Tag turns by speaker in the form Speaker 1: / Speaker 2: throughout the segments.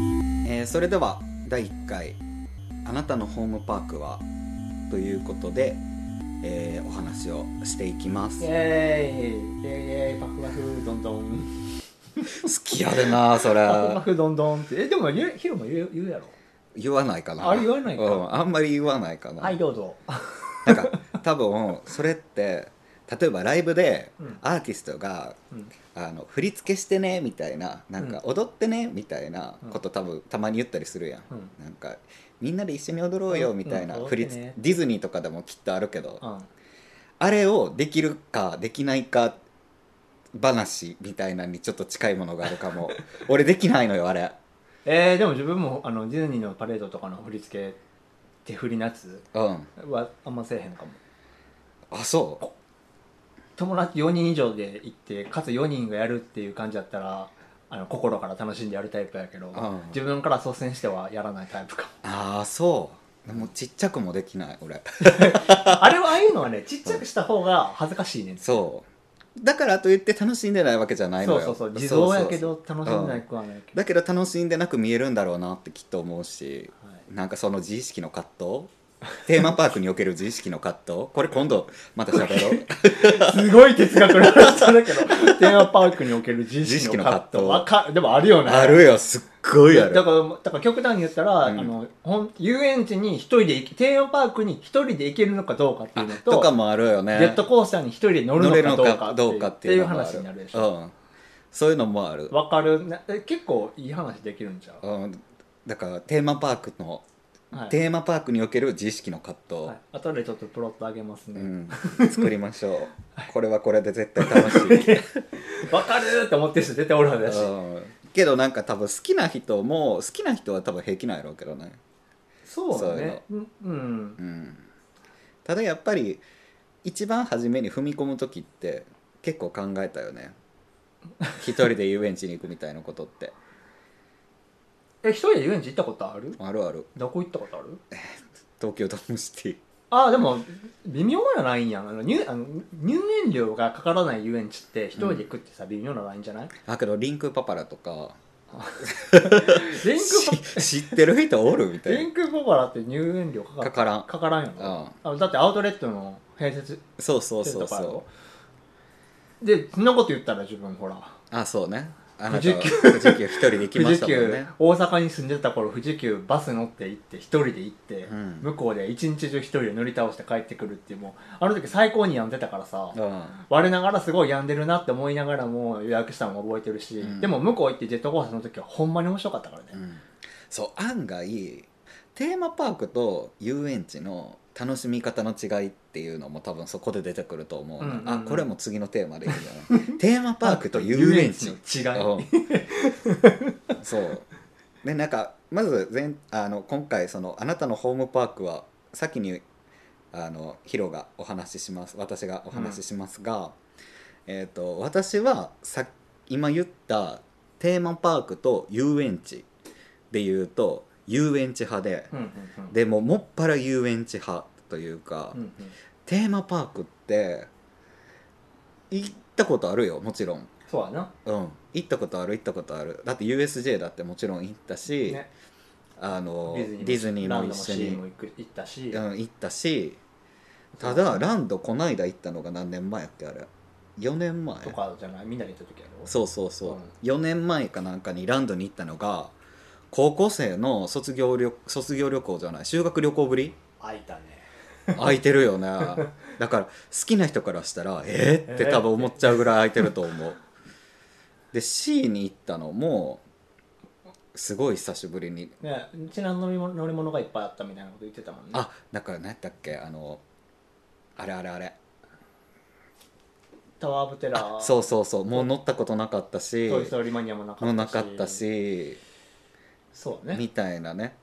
Speaker 1: ーそれでは第1回「あなたのホームパークは?」ということで、えーお話をしていきます好
Speaker 2: イエーイイエーイイエーイパフパフどんどん
Speaker 1: きやでなそれ
Speaker 2: パフパフどんどんってえでもゆヒロも言う言うやろ
Speaker 1: 言わないかな
Speaker 2: あれ言わないか
Speaker 1: うん、あんまり言わないかな、
Speaker 2: はいどうぞ
Speaker 1: なんか多分それって例えばライブで
Speaker 2: うん
Speaker 1: アーティストが、
Speaker 2: うん
Speaker 1: あの振り付けしてねみたいななんか踊ってねみたいなこと多分たまに言ったりするやん、
Speaker 2: うん
Speaker 1: なんかみんなで一緒に踊ろうよみたいな、
Speaker 2: うんうん
Speaker 1: 振り
Speaker 2: 踊ってね
Speaker 1: ディズニーとかでもきっとあるけど、
Speaker 2: うん
Speaker 1: あれをできるかできないか話みたいなのにちょっと近いものがあるか も俺できないのよあれ
Speaker 2: えー、でも自分もあのディズニーのパレードとかの振り付け手振りのやつ
Speaker 1: うん
Speaker 2: はあんませえへんかも
Speaker 1: あそう
Speaker 2: 友達4人以上で行ってかつ4人がやるっていう感じだったらあの心から楽しんでやるタイプやけど、
Speaker 1: うん
Speaker 2: 自分から率先してはやらないタイプかも
Speaker 1: ああそうでもちっちゃくもできない俺
Speaker 2: あれはああいうのはねちっちゃくした方が恥ずかしいねん
Speaker 1: そうだからといって楽しんでないわけじゃないの
Speaker 2: そう
Speaker 1: よ
Speaker 2: そうそう自動やけ
Speaker 1: そうそう
Speaker 2: ど楽しんでない子はないけど、
Speaker 1: だけど楽しんでなく見えるんだろうなってきっと思うし
Speaker 2: はい
Speaker 1: なんかその自意識の葛藤テーマパークにおける自意識の葛藤これ今度また喋 ろう
Speaker 2: すごい哲学の話だけど、テーマパークにおける 自意識の葛藤。
Speaker 1: 自意識の
Speaker 2: わかでもあるよね。
Speaker 1: あるよすっごいあ
Speaker 2: だ
Speaker 1: る
Speaker 2: から、だから極端に言ったら、
Speaker 1: うん
Speaker 2: あの、ほん遊園地に一人で行け、テーマパークに一人で行けるのかどうかっていうのと、
Speaker 1: とかもあるよね
Speaker 2: ジェットコースターに一人で乗る
Speaker 1: 乗れる
Speaker 2: の
Speaker 1: の
Speaker 2: か
Speaker 1: か
Speaker 2: ど
Speaker 1: ど
Speaker 2: う
Speaker 1: う
Speaker 2: か
Speaker 1: か
Speaker 2: っ
Speaker 1: ってて
Speaker 2: い
Speaker 1: いう
Speaker 2: う
Speaker 1: のもあ
Speaker 2: 話
Speaker 1: る
Speaker 2: になるでしょ。
Speaker 1: うん、そういうのもある、
Speaker 2: わかるなえ結構いい話できるんちゃう、
Speaker 1: うん、だからテーマパークの、
Speaker 2: はい
Speaker 1: テーマパークにおける自意識の葛藤、
Speaker 2: はい後でちょっとプロットあげます
Speaker 1: う
Speaker 2: ね。
Speaker 1: ん、作りましょうこれはこれで絶対楽しい
Speaker 2: わ、かるーって思ってる人絶対おるはずだし。
Speaker 1: うんけどなんか多分好きな人も好きな人は多分平気なんやろうけどね、
Speaker 2: そうだね。
Speaker 1: そう
Speaker 2: うん
Speaker 1: う。ん、ただやっぱり一番初めに踏み込む時って結構考えたよね一人で遊園地に行くみたいなことって
Speaker 2: え、一人で遊園地行ったことある
Speaker 1: あるある
Speaker 2: どこ行ったことある
Speaker 1: 東京ドームシティ
Speaker 2: ああでも微妙なラインやんあの入あの入園料がかからない遊園地って一人で行くってさ、微妙なラインじゃない
Speaker 1: あけどリンクパパラとか
Speaker 2: レンク
Speaker 1: し知ってる人おるみ
Speaker 2: パ
Speaker 1: た
Speaker 2: レ
Speaker 1: い
Speaker 2: ンクボバラって入園料かか
Speaker 1: なかからん
Speaker 2: かからんやろ
Speaker 1: あ
Speaker 2: あだってアウトレットの併設
Speaker 1: そうそう
Speaker 2: して
Speaker 1: そ
Speaker 2: る
Speaker 1: う
Speaker 2: とか
Speaker 1: そ
Speaker 2: やろでそんなこと言ったら自分ほら
Speaker 1: うあそうねあなたは
Speaker 2: 富
Speaker 1: 富士急一人で行きま
Speaker 2: 富
Speaker 1: し
Speaker 2: 士
Speaker 1: たもん
Speaker 2: 急、
Speaker 1: ね
Speaker 2: 大阪に住んでた頃富士急バス乗って行って一人で行って、
Speaker 1: うん
Speaker 2: 向こうで一日中一人で乗り倒して帰ってくるっていうもうあの時最高に病んでたからさ、
Speaker 1: うん
Speaker 2: 我ながらすごい病んでるなって思いながらも予約したのも覚えてるし、
Speaker 1: うん
Speaker 2: でも向こう行ってジェットコースターの時はほんまに面白かったからね、
Speaker 1: うんそう案外テーマパークと遊園地の楽しみ方の違いっていうのも多分そこで出てくると思う,、
Speaker 2: うんうんうん
Speaker 1: あこれも次のテーマでいいんじゃない テーマパークと遊園地
Speaker 2: の違い、
Speaker 1: うんそうでなんかまず前あの今回その「あなたのホームパークは」先にあのヒロがお話しします私がお話ししますが、えー、と私はさ今言ったテーマパークと遊園地で言うと遊園地派で、
Speaker 2: うんうんうん
Speaker 1: でももっぱら遊園地派というか、
Speaker 2: うんうん
Speaker 1: テーマパークって行ったことあるよもちろん
Speaker 2: そうやな、
Speaker 1: うん、行ったことある行ったことあるだって USJ だってもちろん行ったし、
Speaker 2: ね、
Speaker 1: あのデ
Speaker 2: も
Speaker 1: ィズニー
Speaker 2: ラ
Speaker 1: も
Speaker 2: ンド
Speaker 1: 一
Speaker 2: も
Speaker 1: 緒
Speaker 2: シー
Speaker 1: に
Speaker 2: も行く行ったし、
Speaker 1: うん、行ったしただランドこないだ行ったのが何年前やっけあれ4年前
Speaker 2: とかじゃないみんなで行った時やろ
Speaker 1: そうそうそう、
Speaker 2: うん
Speaker 1: 4年前かなんかにランドに行ったのが高校生の卒業旅卒業旅行じゃない修学旅行ぶり
Speaker 2: 開いたね
Speaker 1: 空いてるよねだから好きな人からしたらえー、って多分思っちゃうぐらい空いてると思うで C に行ったのもすごい久しぶりに
Speaker 2: ねうちの乗り物乗り物がいっぱいあったみたいなこと言ってたもんね
Speaker 1: あだから何やったっけあのあれあれあれ
Speaker 2: タワー・オブ・テラー
Speaker 1: そううそうそうもう乗ったことなかったし
Speaker 2: トイ・ストーリー・マニアもなかった
Speaker 1: もう
Speaker 2: し
Speaker 1: なかったし
Speaker 2: そうね
Speaker 1: みたいなね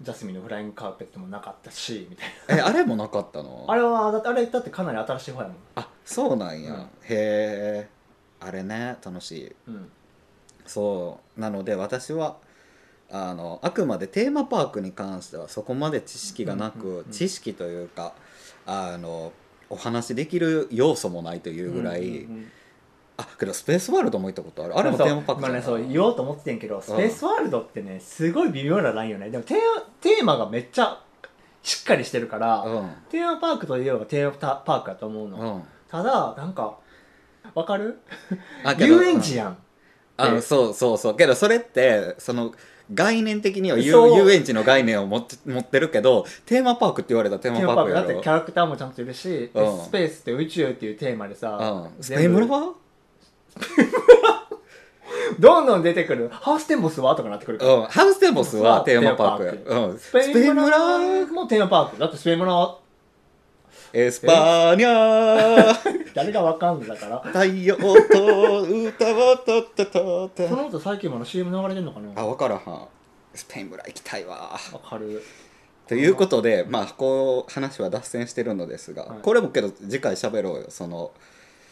Speaker 2: ジャスミンのフライングカーペットもなかったしみたい
Speaker 1: えあれもなかったの
Speaker 2: なあれはだってあれだってかなり新しい方やも
Speaker 1: あそうなんや、
Speaker 2: うん
Speaker 1: へえあれね楽しい
Speaker 2: んうん
Speaker 1: そうなので私はあのあくまでテーマパークに関してはそこまで知識がなく、
Speaker 2: うんうんうん
Speaker 1: 知識というかあのお話しできる要素もないというぐらい、
Speaker 2: うんうんうん
Speaker 1: あけどスペースワールドも行ったことあるあれもテーマパーク
Speaker 2: ま
Speaker 1: じ
Speaker 2: あ
Speaker 1: ゃな
Speaker 2: ね
Speaker 1: い
Speaker 2: そう言おうと思ってたんやけどスペースワールドってねすごい微妙なラインよねでもテーマテーマがめっちゃしっかりしてるから、テーマパークといえばテーマパークやと思うの、
Speaker 1: うんうん
Speaker 2: ただなんかわかる
Speaker 1: あけど
Speaker 2: 遊園地やん、
Speaker 1: あ
Speaker 2: え
Speaker 1: のそうそうそうけどそれってその概念的には遊
Speaker 2: そう
Speaker 1: 遊園地の概念を持って持ってるけどテーマパークって言われたらテ
Speaker 2: テ
Speaker 1: ー
Speaker 2: ー
Speaker 1: マ
Speaker 2: マ
Speaker 1: パ
Speaker 2: パ
Speaker 1: ーク
Speaker 2: ーク
Speaker 1: や
Speaker 2: だって
Speaker 1: ろ
Speaker 2: キャラクターもちゃんといるし、で
Speaker 1: うん
Speaker 2: スペースって宇宙っていうテーマでさ、
Speaker 1: うん、スペイ
Speaker 2: 全
Speaker 1: ン
Speaker 2: 部
Speaker 1: 村は
Speaker 2: どんどん出てくるハウステンボスはとかなってくるから、
Speaker 1: うん、ハウステンボスはテーマパークや
Speaker 2: テーマ
Speaker 1: うん、ス
Speaker 2: スペ
Speaker 1: ペイ
Speaker 2: イ
Speaker 1: ン
Speaker 2: ン
Speaker 1: 村
Speaker 2: 村もテーマパークだってスペイン村は
Speaker 1: エスパーニャー
Speaker 2: 誰がわかんのだから
Speaker 1: 太陽と歌をとっとと
Speaker 2: そ
Speaker 1: と
Speaker 2: の後最近もの CM 流れてんのかな
Speaker 1: あ分からはんスペイン村行きたいわ
Speaker 2: わかる
Speaker 1: ということでまあこう話は脱線してるのですが、
Speaker 2: はい
Speaker 1: これもけど次回喋ろうよその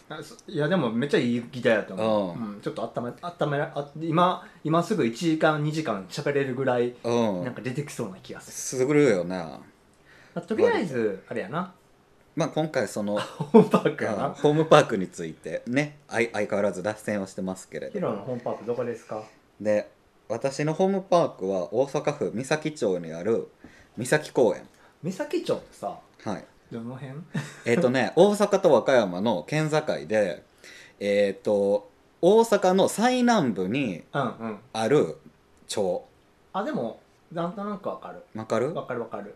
Speaker 2: あそいやでもめっちゃいい議題だと思う、
Speaker 1: う
Speaker 2: うんちょっと温め温めあ今今すぐ1時間2時間喋れるぐらい
Speaker 1: うん
Speaker 2: なんか出てきそうな気がする、
Speaker 1: すぐるよな
Speaker 2: まあとりあえずあれやな
Speaker 1: まあ今回その
Speaker 2: ホームパークや
Speaker 1: あの
Speaker 2: な
Speaker 1: ホームパークについてね相相変わらず脱線をしてますけれ
Speaker 2: ヒ
Speaker 1: ど
Speaker 2: ロのホームパークどこですか
Speaker 1: で私のホームパークは大阪府岬町にある岬公園
Speaker 2: 三崎町ってさ
Speaker 1: はい
Speaker 2: どの辺
Speaker 1: えっ、と ね大阪と和歌山の県境でえっ、と大阪の最南部に
Speaker 2: うんうん
Speaker 1: ある町
Speaker 2: あでもなんとなくわかる
Speaker 1: わかる
Speaker 2: わかるわかる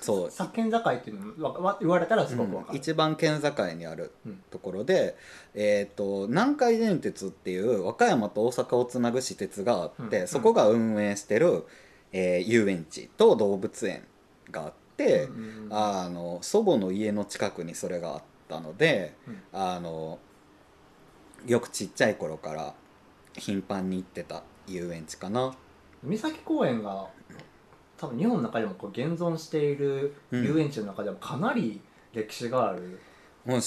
Speaker 1: そう
Speaker 2: さ県境っていうのもわわ言われたらすごくわか
Speaker 1: うん
Speaker 2: る、
Speaker 1: 一番県境にあるところで、えー、と南海電鉄っていう和歌山と大阪をつなぐ私鉄があって、
Speaker 2: うん
Speaker 1: そこが運営してる、えー遊園地と動物園があって、
Speaker 2: うんうん
Speaker 1: あの祖母の家の近くにそれがあったので、
Speaker 2: うん
Speaker 1: あのよくちっちゃい頃から頻繁に行ってた遊園地かな。
Speaker 2: 三崎公園が多分日本の中でもこう現存している遊園地の中でもかなり歴史がある、
Speaker 1: もう老舗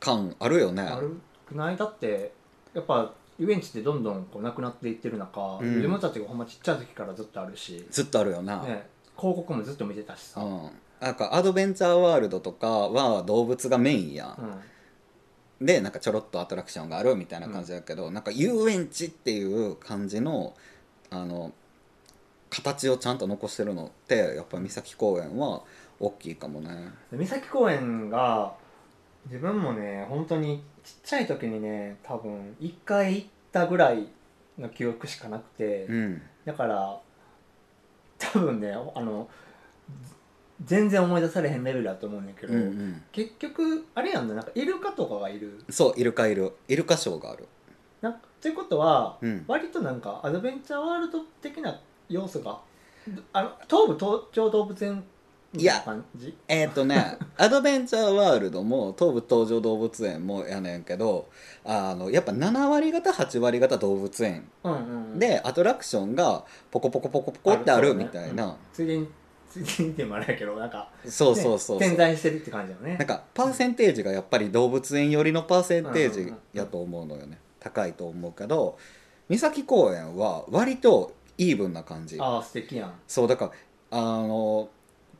Speaker 1: 感あるよね。
Speaker 2: 悪くないだってやっぱ遊園地ってどんどんこうなくなっていってる中、
Speaker 1: うん
Speaker 2: 自分たちがほんまちっちゃい時からずっとあるし、
Speaker 1: ずっとあるよな。
Speaker 2: ね、広告もずっと見てたしさ、
Speaker 1: うん、なんかアドベンチャーワールドとかは動物がメインやん、
Speaker 2: うん
Speaker 1: でなんかちょろっとアトラクションがあるみたいな感じだけど、なんか遊園地っていう感じのあの形をちゃんと残してるのってやっぱり三崎公園は大きいかもね
Speaker 2: 三崎公園が自分もね本当にちっちゃい時にね多分1回行ったぐらいの記憶しかなくて、
Speaker 1: うん
Speaker 2: だから多分ねあの全然思い出されへんレベルだと思うんだけど、
Speaker 1: うんうん
Speaker 2: 結局あれやんななんかイルカとかがいる
Speaker 1: そうイルカいるイルカショーがある
Speaker 2: なんかということは、
Speaker 1: うん
Speaker 2: 割となんかアドベンチャーワールド的な要素があの東武東京動物園みたいな感じ
Speaker 1: えっ、と ねアドベンチャーワールドも東武東上動物園もやねんけどあのやっぱ7割方8割方動物園
Speaker 2: うんうんうん
Speaker 1: でアトラクションがポコポコポコポコってあるみたいな
Speaker 2: ついでについでにってもあれやけどなんか
Speaker 1: そうそうそう
Speaker 2: ね点在してるって感じだよね
Speaker 1: なんかパーセンテージがやっぱり動物園寄りのパーセンテー
Speaker 2: うんうん
Speaker 1: ジ
Speaker 2: うん
Speaker 1: やと思うのよね高いと思うけど三崎公園は割とイーブンな感じ
Speaker 2: ああ素敵やん
Speaker 1: そうだからあの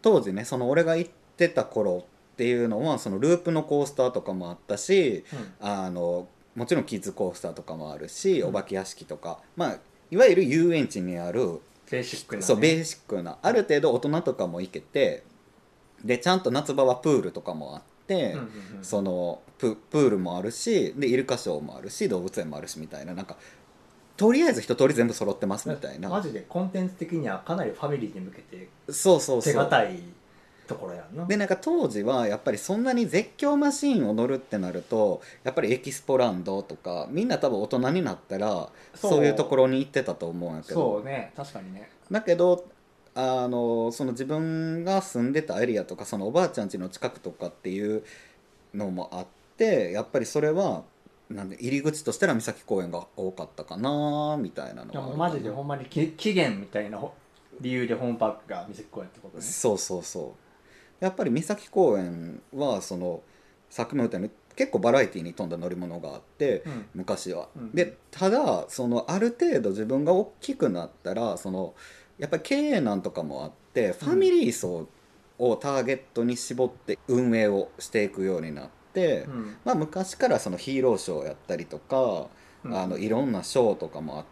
Speaker 1: 当時ねその俺が行ってた頃っていうのはそのループのコースターとかもあったし
Speaker 2: うん
Speaker 1: あのもちろんキッズコースターとかもあるし
Speaker 2: うん
Speaker 1: お化け屋敷とかまあいわゆる遊園地にある
Speaker 2: ベーシックなね
Speaker 1: そうベーシックなある程度大人とかも行けてでちゃんと夏場はプールとかもあって、
Speaker 2: うんうんうん
Speaker 1: そのププールもあるしでイルカショーもあるし動物園もあるしみたいななんかとりあえず一通り全部揃ってますみたいな
Speaker 2: マジでコンテンツ的にはかなりファミリーに向けて
Speaker 1: そうそう
Speaker 2: 手
Speaker 1: そう
Speaker 2: 堅いところやんな
Speaker 1: でなんか当時はやっぱりそんなに絶叫マシーンを乗るってなるとやっぱりエキスポランドとかみんな多分大人になったらそういうところに行ってたと思うんやけど
Speaker 2: そうね確かにね
Speaker 1: だけどあのその自分が住んでたエリアとかそのおばあちゃん家の近くとかっていうのもあってやっぱりそれはなんで入り口としたら三崎公園が多かったかなみたいなの
Speaker 2: いや
Speaker 1: があ
Speaker 2: も
Speaker 1: るか
Speaker 2: うマ
Speaker 1: な
Speaker 2: ジでほんまにき期限みたいなほ理由でホームパークが店っこやってことね
Speaker 1: そうそうそうやっぱり三崎公園はそのさっきも言ったように結構バラエティに富んだ乗り物があって、
Speaker 2: うん
Speaker 1: 昔は、
Speaker 2: うん
Speaker 1: でただそのある程度自分が大きくなったらそのやっぱり経営難とかもあってファミリー層をターゲットに絞って運営をしていくようになっって、
Speaker 2: うん
Speaker 1: まあ、昔からそのヒーローショーやったりとか、
Speaker 2: うん
Speaker 1: あのいろんなショーとかもあっ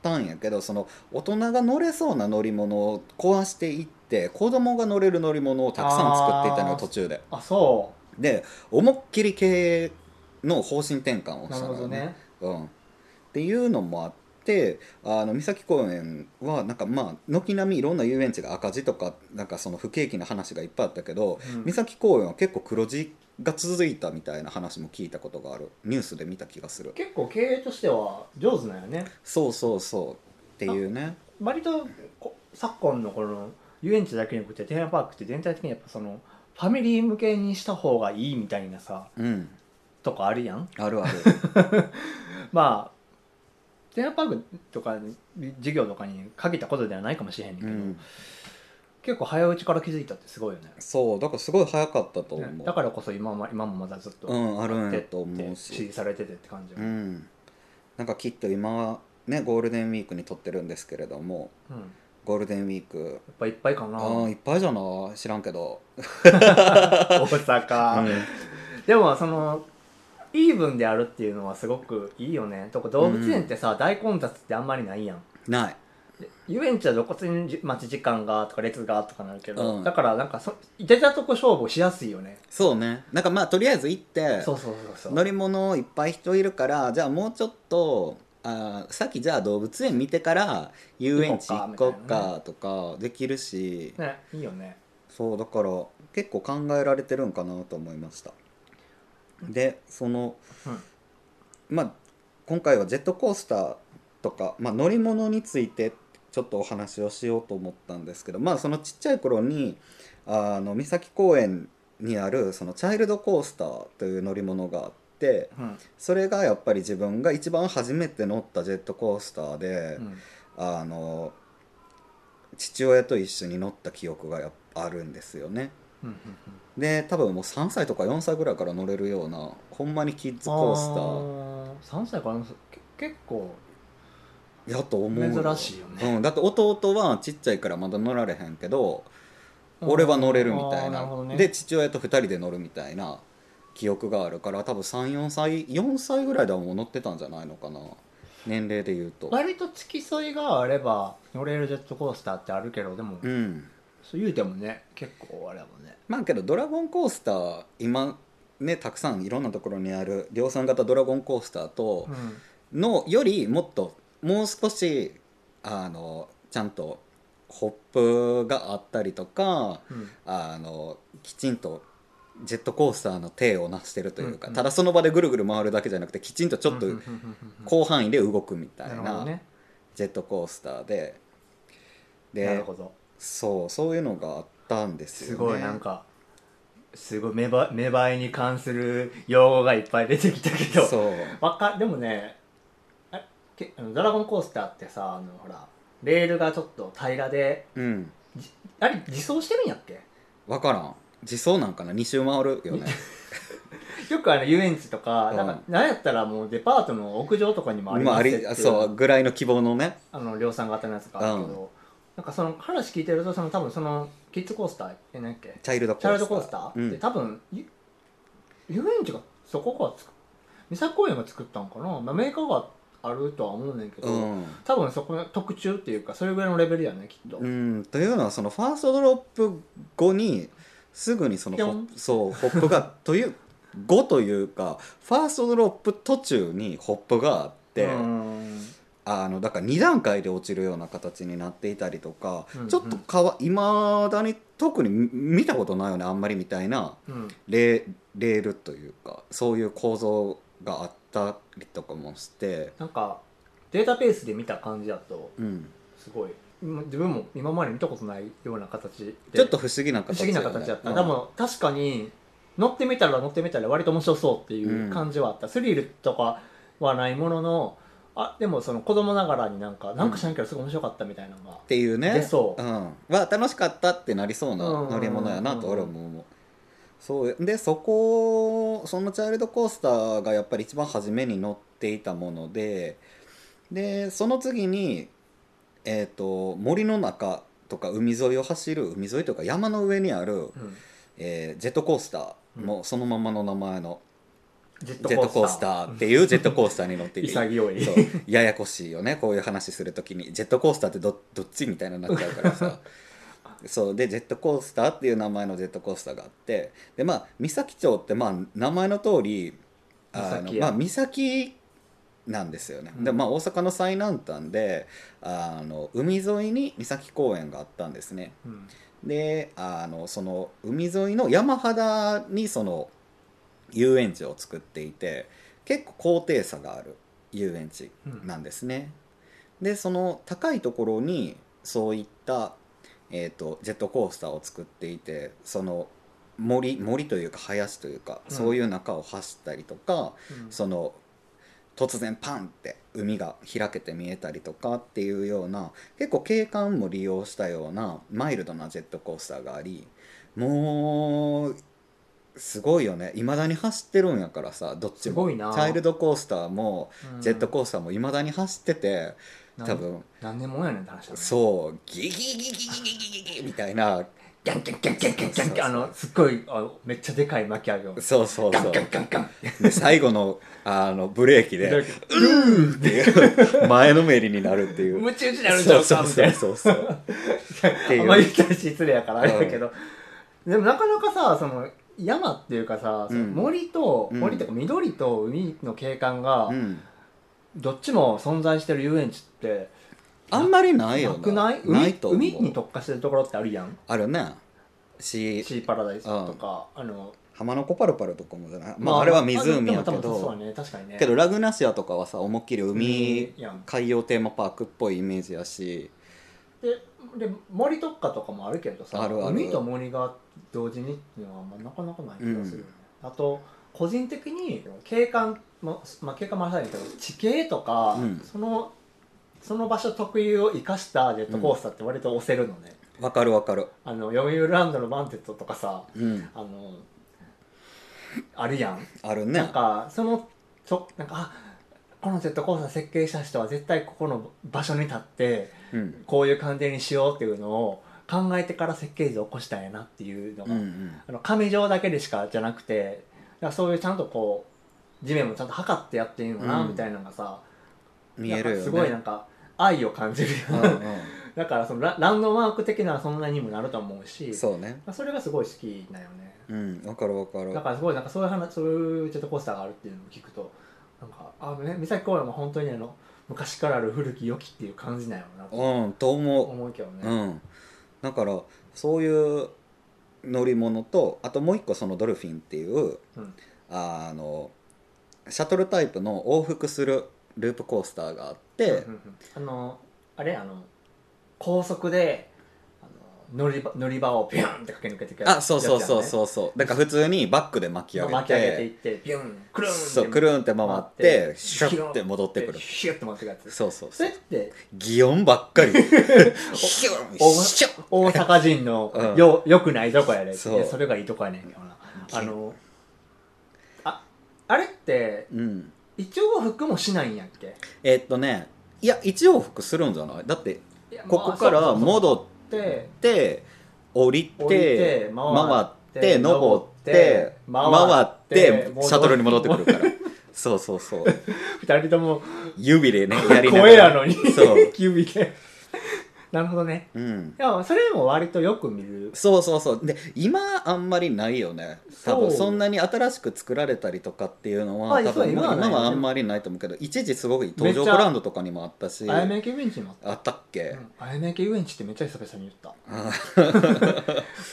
Speaker 1: たんやけどその大人が乗れそうな乗り物を壊していって子供が乗れる乗り物をたくさん作っていたのよ
Speaker 2: あー
Speaker 1: 途中で
Speaker 2: あそ
Speaker 1: で思いっきり経営の方針転換を
Speaker 2: う
Speaker 1: し
Speaker 2: な
Speaker 1: た
Speaker 2: るほ
Speaker 1: のよ
Speaker 2: どね
Speaker 1: うん、っていうのもあってあの三崎公園はなんかまあ軒並みいろんな遊園地が赤字とかなんかその不景気な話がいっぱいあったけど、
Speaker 2: うん
Speaker 1: 三崎公園は結構黒字が続いたみたいな話も聞いたことがあるニュースで見た気がする
Speaker 2: 結構経営としては上手なんよね
Speaker 1: そうそうそうっていうね
Speaker 2: 割とこ昨今のこの遊園地だけじゃなくてテーマパークって全体的にやっぱそのファミリー向けにした方がいいみたいなさ
Speaker 1: うん
Speaker 2: とかあるやん
Speaker 1: あるある
Speaker 2: まあテーマパークとか事業とかに限ったことではないかもしれへんねん
Speaker 1: う
Speaker 2: けど、
Speaker 1: ん
Speaker 2: 結構早打ちから気づいたってすごいよね
Speaker 1: そうだからすごい早かったと思う、
Speaker 2: ねだからこそ今も今もまだずっと
Speaker 1: うんあるん
Speaker 2: や
Speaker 1: や
Speaker 2: って
Speaker 1: と
Speaker 2: っ
Speaker 1: 思
Speaker 2: て
Speaker 1: う
Speaker 2: 支
Speaker 1: し
Speaker 2: 持されててって感じよ、
Speaker 1: う
Speaker 2: うん
Speaker 1: んなんかきっと今はねゴールデンウィークに撮ってるんですけれども
Speaker 2: やっ
Speaker 1: ゴールデンウィーク
Speaker 2: ぱいっぱいかな
Speaker 1: ああい
Speaker 2: 大
Speaker 1: っぱいじゃない知らんけど、
Speaker 2: 阪、でもそのイーブンであるっていうのはすごくいいよねとか動物園ってさ、大混雑ってあんまりないやん
Speaker 1: ない
Speaker 2: 遊園地はどこにじ待ち時間がとか列がとかなるけど、
Speaker 1: うん
Speaker 2: だからなんかそ出たとこ勝負しやすいよね
Speaker 1: そうねなんかまあとりあえず行って
Speaker 2: そうそうそうそ
Speaker 1: 乗
Speaker 2: う
Speaker 1: り物いっぱい人いるからじゃあもうちょっとあーさっきじゃあ動物園見てから遊園地行こ
Speaker 2: 行こ
Speaker 1: う
Speaker 2: うか
Speaker 1: かとかできるし、
Speaker 2: ねいいよね
Speaker 1: そうだから結構考えられてるんかなと思いましたでその、
Speaker 2: うん
Speaker 1: まあ今回はジェットコースターとか、まあ、乗り物についてちょっとお話をしようと思ったんですけどまあそのちっちゃい頃にあの三崎公園にあるそのチャイルドコースターという乗り物があって
Speaker 2: うん、
Speaker 1: それがやっぱり自分が一番初めて乗ったジェットコースターで、
Speaker 2: うん、
Speaker 1: あの父親と一緒に乗った記憶がやっぱあるんですよね
Speaker 2: うん
Speaker 1: で多分もう3歳とか4歳ぐらいから乗れるようなほんまにキッズコース
Speaker 2: スター3歳からのけ結構
Speaker 1: ターやと思う
Speaker 2: 珍しいよね
Speaker 1: うん、だって弟はちっちゃいからまだ乗られへんけど、俺は乗れるみた
Speaker 2: あ
Speaker 1: い
Speaker 2: ー
Speaker 1: な
Speaker 2: るほどね
Speaker 1: で父親と2人で乗るみたいな記憶があるから多分34歳4歳ぐらいではもう乗ってたんじゃないのかな年齢で言うと
Speaker 2: 割と付き添いがあれば乗れるジェットコースターってあるけどでも、
Speaker 1: うん
Speaker 2: そう言うてもね結構あれやもんね
Speaker 1: まあけどドラゴンコースター今ねたくさんいろんなところにある量産型ドラゴンコースターとのよりもっともう少しあのちゃんとホップがあったりとか
Speaker 2: うん、うん
Speaker 1: あのきちんとジェットコースターの体をなしてるというか、
Speaker 2: うんうん
Speaker 1: ただその場でぐるぐる回るだけじゃなくてきちんとちょっと
Speaker 2: うんうんうんうんうん
Speaker 1: 広範囲で動くみたい
Speaker 2: なるほど
Speaker 1: な
Speaker 2: ね
Speaker 1: ジェットコースターで
Speaker 2: なる
Speaker 1: で
Speaker 2: ほど
Speaker 1: そうそういうのがあったんですよね。
Speaker 2: すごいなんかすごい芽生え芽生えに関する用語がいっぱい出てきたけど
Speaker 1: そう
Speaker 2: わかでもねあけあのドラゴンコースターってさあのほらレールがちょっと平らで
Speaker 1: うん
Speaker 2: あれ自走してるんやっけ
Speaker 1: 分からん自走なんかな2周回るよね
Speaker 2: よくあの遊園地とか、
Speaker 1: うん
Speaker 2: なんかなんやったらもうデパートの屋上とかにもあり
Speaker 1: まあ
Speaker 2: ま
Speaker 1: あ
Speaker 2: すよってい
Speaker 1: り
Speaker 2: う
Speaker 1: そうぐらいの希望のね
Speaker 2: あの量産型のやつがあるけど、なんかその話聞いてるとその多分そのキッズコースターえなんやっけ
Speaker 1: チャイルドコースター
Speaker 2: チャイルドコースター、
Speaker 1: うん
Speaker 2: で多分ゆ遊園地がそこがつく三崎公園が作ったんかな、まあ、メーカーがあるとは思うねんけど、
Speaker 1: うん
Speaker 2: 多分そこの特注っていうかそれぐらいのレベルやねきっと、
Speaker 1: うん、というのはそのファーストドロップ後にすぐにその
Speaker 2: ピョ
Speaker 1: ホ
Speaker 2: ン
Speaker 1: そうホップがという後というかファーストドロップ途中にホップがあって、
Speaker 2: うん
Speaker 1: あのだから2段階で落ちるような形になっていたりとか、
Speaker 2: うんうん
Speaker 1: ちょっとかはいまだに特に見たことないよねあんまりみたいな
Speaker 2: うん
Speaker 1: レレールというかそういう構造があったりとかもして、
Speaker 2: なんかデータベースで見た感じだと
Speaker 1: うん、
Speaker 2: すごい今自分も今まで見たことないような形で
Speaker 1: ちょっと不思議な
Speaker 2: 不
Speaker 1: 形
Speaker 2: 思議な形だった、
Speaker 1: うん
Speaker 2: でも確かに乗ってみたら乗ってみたら割と面白そうっていう感じはあった、スリルとかはないもののあでもその子供ながらになんかなんか知らんけどすごい面白かったみたいなのが
Speaker 1: っ、ていうね、
Speaker 2: 出そうん
Speaker 1: は楽しかったってなりそうな
Speaker 2: うん
Speaker 1: 乗り物やなと俺も思うそうでそこそのチャイルドコースターがやっぱり一番初めに乗っていたものででその次に、えー、と森の中とか海沿いを走る海沿いというか山の上にある、
Speaker 2: うん
Speaker 1: えージェットコースター
Speaker 2: うん
Speaker 1: もうそのままの名前の
Speaker 2: ジェ
Speaker 1: ジェットコースターっていうジェットコースターに乗っていて
Speaker 2: 潔い
Speaker 1: そう ややこしいよねこういう話するときにジェットコースターってどどっちみたいになっちゃうからさそうでジェットコースターっていう名前のジェットコースターがあってでまあ三崎町ってまあ名前の通りあ
Speaker 2: 三
Speaker 1: の
Speaker 2: 崎や
Speaker 1: まあ三崎なんですよね、
Speaker 2: うん
Speaker 1: でまあ大阪の最南端であの海沿いに三崎公園があったんですね
Speaker 2: うん
Speaker 1: であのその海沿いの山肌にその遊園地を作っていて結構高低差がある遊園地
Speaker 2: うん
Speaker 1: なんですね。でその高いところにそういった、えー、とジェットコースターを作っていてその森森というか林というか、
Speaker 2: うん
Speaker 1: そういう中を走ったりとか
Speaker 2: うん
Speaker 1: その突然パンって海が開けて見えたりとかっていうような結構景観も利用したようなマイルドなジェットコースターがありもうすごいよねいまだに走ってるんやからさどっち
Speaker 2: す
Speaker 1: も
Speaker 2: ごいな
Speaker 1: チャイルドコースターも
Speaker 2: うん
Speaker 1: ジェットコースターもいまだに走ってて、
Speaker 2: なん
Speaker 1: 多分
Speaker 2: 何年もんやねんって話だね
Speaker 1: そうギギギギギギギギギみたいな
Speaker 2: ギャンギャンギャンギャンギャンギャンギャンあ
Speaker 1: そうそうそう
Speaker 2: のすっごいあめっちゃでかい巻き上げを
Speaker 1: そうそう
Speaker 2: ガ
Speaker 1: そ
Speaker 2: ン
Speaker 1: う
Speaker 2: ガンガンガン
Speaker 1: で最後のあのブレーキで
Speaker 2: で
Speaker 1: うんっていう前のめりになるっていう
Speaker 2: ムチムチになるんちゃう
Speaker 1: そ
Speaker 2: か
Speaker 1: う
Speaker 2: み
Speaker 1: そ
Speaker 2: たいうな
Speaker 1: そうそうそうってい
Speaker 2: あ
Speaker 1: うん
Speaker 2: まり言ったら失礼やからあれだけど、でもなかなかさその山っていうかさ、その
Speaker 1: うん
Speaker 2: 森と
Speaker 1: うん
Speaker 2: 森とか緑と海の景観が
Speaker 1: うん
Speaker 2: どっちも存在してる遊園地って
Speaker 1: あんまりない
Speaker 2: な
Speaker 1: よ
Speaker 2: くない海
Speaker 1: ないと思う
Speaker 2: 海に特化してるところってあるやん
Speaker 1: あるねし
Speaker 2: シーパラダイスとか、あの
Speaker 1: 浜のコパルパルとかもじゃないまああれは湖やけ
Speaker 2: でも多分そう
Speaker 1: ど
Speaker 2: やね確かにね
Speaker 1: けどラグナシアとかはさ思いっきり海
Speaker 2: 海やん
Speaker 1: 海洋テーマパークっぽいイメージやし
Speaker 2: でで森特化とかもあるけどさ
Speaker 1: あるある
Speaker 2: 海と森が同時にっていうのはあんまなかなかない気がするよね、あと個人的に景観も、まあ、景観もあれだけど地形とか、
Speaker 1: うん
Speaker 2: そのその場所特有を生かしたジェットコースターって割と押せるのね、
Speaker 1: わかるわかる
Speaker 2: あの読売ランドのバンテッドとかさ
Speaker 1: うん
Speaker 2: あのあるやん
Speaker 1: ある
Speaker 2: なん
Speaker 1: ね
Speaker 2: かそのちょなんかあこのジェットコースター設計した人は絶対ここの場所に立って
Speaker 1: うん
Speaker 2: こういう感じにしようっていうのを考えてから設計図を起こしたんやなっていうの
Speaker 1: う
Speaker 2: が、
Speaker 1: んうん
Speaker 2: あの紙上だけでしかじゃなくてだからそういうちゃんとこう地面もちゃんと測ってやっていいのかな
Speaker 1: うん
Speaker 2: みたいなのがさ、
Speaker 1: 見えるよ
Speaker 2: なんか
Speaker 1: ね
Speaker 2: すごいなんか愛を感じる
Speaker 1: うん
Speaker 2: よ、だからそのラランドマーク的なそんなにもなると思う
Speaker 1: う
Speaker 2: し
Speaker 1: んそうね
Speaker 2: それがすごい好きだよね
Speaker 1: うんわかるわかる
Speaker 2: だからすごいなんかそういう話そういうジェットコースターがあるっていうのを聞くとなんかあね三崎公園も本当にあの昔からある古き良きっていう感じなのなと
Speaker 1: うんと思う
Speaker 2: 思うけどね、
Speaker 1: うん、だからそういう乗り物とあともう一個そのドルフィンっていう
Speaker 2: うん
Speaker 1: あのシャトルタイプの往復するループコースターがあって、
Speaker 2: うんうんうんあのあれあの高速であの乗り場乗り場をビューンって駆け抜けていく
Speaker 1: あそうそうそう
Speaker 2: う
Speaker 1: そうそうだから普通にバックで巻き上げて
Speaker 2: 巻き上げていってビューンクルーンって
Speaker 1: そうくるんって回っ
Speaker 2: 回って
Speaker 1: てシュッて戻ってくる
Speaker 2: ヒュッて回ってくるやつ
Speaker 1: そうそう
Speaker 2: そ
Speaker 1: そう
Speaker 2: れって
Speaker 1: 擬音ばっかりシュン
Speaker 2: お
Speaker 1: シュン
Speaker 2: 大阪人の
Speaker 1: うん
Speaker 2: よ,、よくないとこやで
Speaker 1: そう
Speaker 2: そそれがいいとこやねんけどなあのああれって
Speaker 1: うん
Speaker 2: 一応服もしないんやっけ
Speaker 1: えっとねいや一往復するんじゃないだってここから戻
Speaker 2: っ
Speaker 1: ってって降り
Speaker 2: 降りて
Speaker 1: て回って登って
Speaker 2: 回
Speaker 1: 回
Speaker 2: っ
Speaker 1: っててシャトルに戻ってくるからそうそうそう
Speaker 2: 二人とも
Speaker 1: 指 でねやりながら
Speaker 2: 声やのに
Speaker 1: そう
Speaker 2: 指でなるほどね
Speaker 1: うん
Speaker 2: いやそれも割とよく見る
Speaker 1: そうそうそうで今あんまりないよね多分
Speaker 2: そう
Speaker 1: そんなに新しく作られたりとかっていうのは
Speaker 2: あ
Speaker 1: 多
Speaker 2: そう
Speaker 1: 分
Speaker 2: 今
Speaker 1: 今
Speaker 2: はない
Speaker 1: はあんまりないと思うけど一時すごい
Speaker 2: めっ
Speaker 1: 登
Speaker 2: ちゃ
Speaker 1: 場ブランドとかにもあったし
Speaker 2: あやめき遊園地も
Speaker 1: あったっけ、
Speaker 2: あやめき遊園地ってめっちゃ久々に言っ
Speaker 1: あ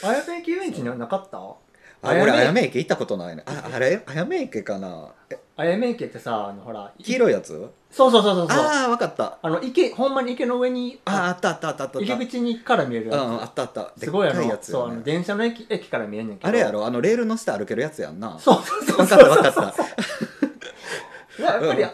Speaker 2: たあやめき遊園地にはなかった
Speaker 1: あ俺あやめ池行ったことないねああれあやめ池かなえ
Speaker 2: あやめ池ってさあのほらい
Speaker 1: 黄色いやつ
Speaker 2: そうそうそうそうそうあ
Speaker 1: ああわかった
Speaker 2: の池ほんまに池の上に
Speaker 1: あーあったあったあったあった
Speaker 2: 池口にから見える
Speaker 1: うんうんあ
Speaker 2: や
Speaker 1: ったあった
Speaker 2: つすごいあ
Speaker 1: でっか
Speaker 2: の、
Speaker 1: やつ
Speaker 2: そう
Speaker 1: よ
Speaker 2: あの
Speaker 1: ね
Speaker 2: 電車の駅駅から見えんねんけど
Speaker 1: あれやろあのレールの下歩けるやつやんな
Speaker 2: そうそうそう
Speaker 1: 分かった分かった
Speaker 2: いややっぱり、
Speaker 1: うん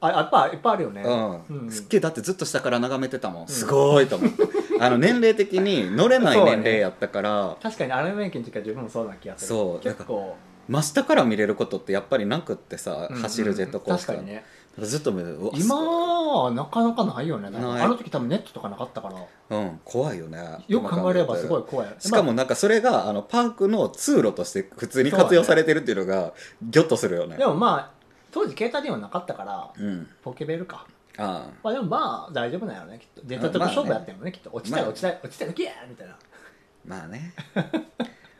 Speaker 2: あやっぱいっぱいあるよね、
Speaker 1: うん、
Speaker 2: うん
Speaker 1: すっげえだってずっと下から眺めてたもん、すごいと 思うあの年齢的に乗れない
Speaker 2: そうね
Speaker 1: 年齢やったから
Speaker 2: 確かにアラメイキの時は自分もそうな気がする
Speaker 1: そう
Speaker 2: 結構
Speaker 1: 真下から見れることってやっぱりなくってさ、
Speaker 2: うん
Speaker 1: 走るジェットコースター、
Speaker 2: 確かにね
Speaker 1: ずっと見るうわ
Speaker 2: 今はなかなかないよねなん
Speaker 1: ない
Speaker 2: かあの時多分ネットとかなかったから
Speaker 1: うん怖いよね
Speaker 2: よく考えればすご
Speaker 1: い
Speaker 2: い怖い
Speaker 1: しか
Speaker 2: ま
Speaker 1: もなんかそれがあのパークの通路として普通に活用されてるっていうのがギョッとするよね
Speaker 2: あでもまあ当時携帯電話なかったから
Speaker 1: うん
Speaker 2: ポケベルか
Speaker 1: あ
Speaker 2: まあでもまあ大丈夫なよねきっとデータとか勝負やってるもんねきっと落ちたら落ちたら落ちたらギャーみたいな
Speaker 1: あまあね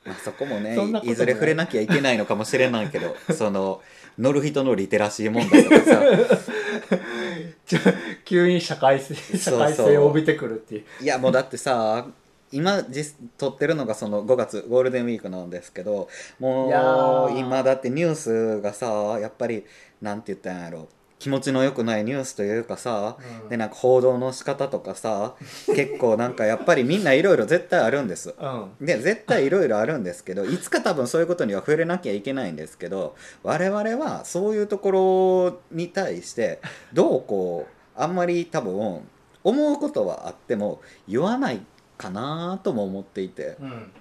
Speaker 1: まあそこもね
Speaker 2: そんなこともない
Speaker 1: いずれ触れなきゃいけないのかもしれないけど その乗る人のリテラシー問題とかさ
Speaker 2: ちょ急に社会性社
Speaker 1: そう
Speaker 2: 会性を帯びてくるっていう
Speaker 1: いやもうだってさ今実撮ってるのがその5月ゴールデンウィークなんですけども
Speaker 2: いや
Speaker 1: う
Speaker 2: ー
Speaker 1: 今だってニュースがさやっぱりなんて言ったんやろ気持ちの良くないニュースというかさ
Speaker 2: うん
Speaker 1: でなんか報道の仕方とか さ結構なんかやっぱりみんないろいろ絶対あるんです。
Speaker 2: うん
Speaker 1: で絶対いろいろあるんですけどいつか多分そういうことには触れなきゃいけないんですけど我々はそういうところに対してどうこうあんまり多分思うことはあっても言わないかなとも思っていて
Speaker 2: うん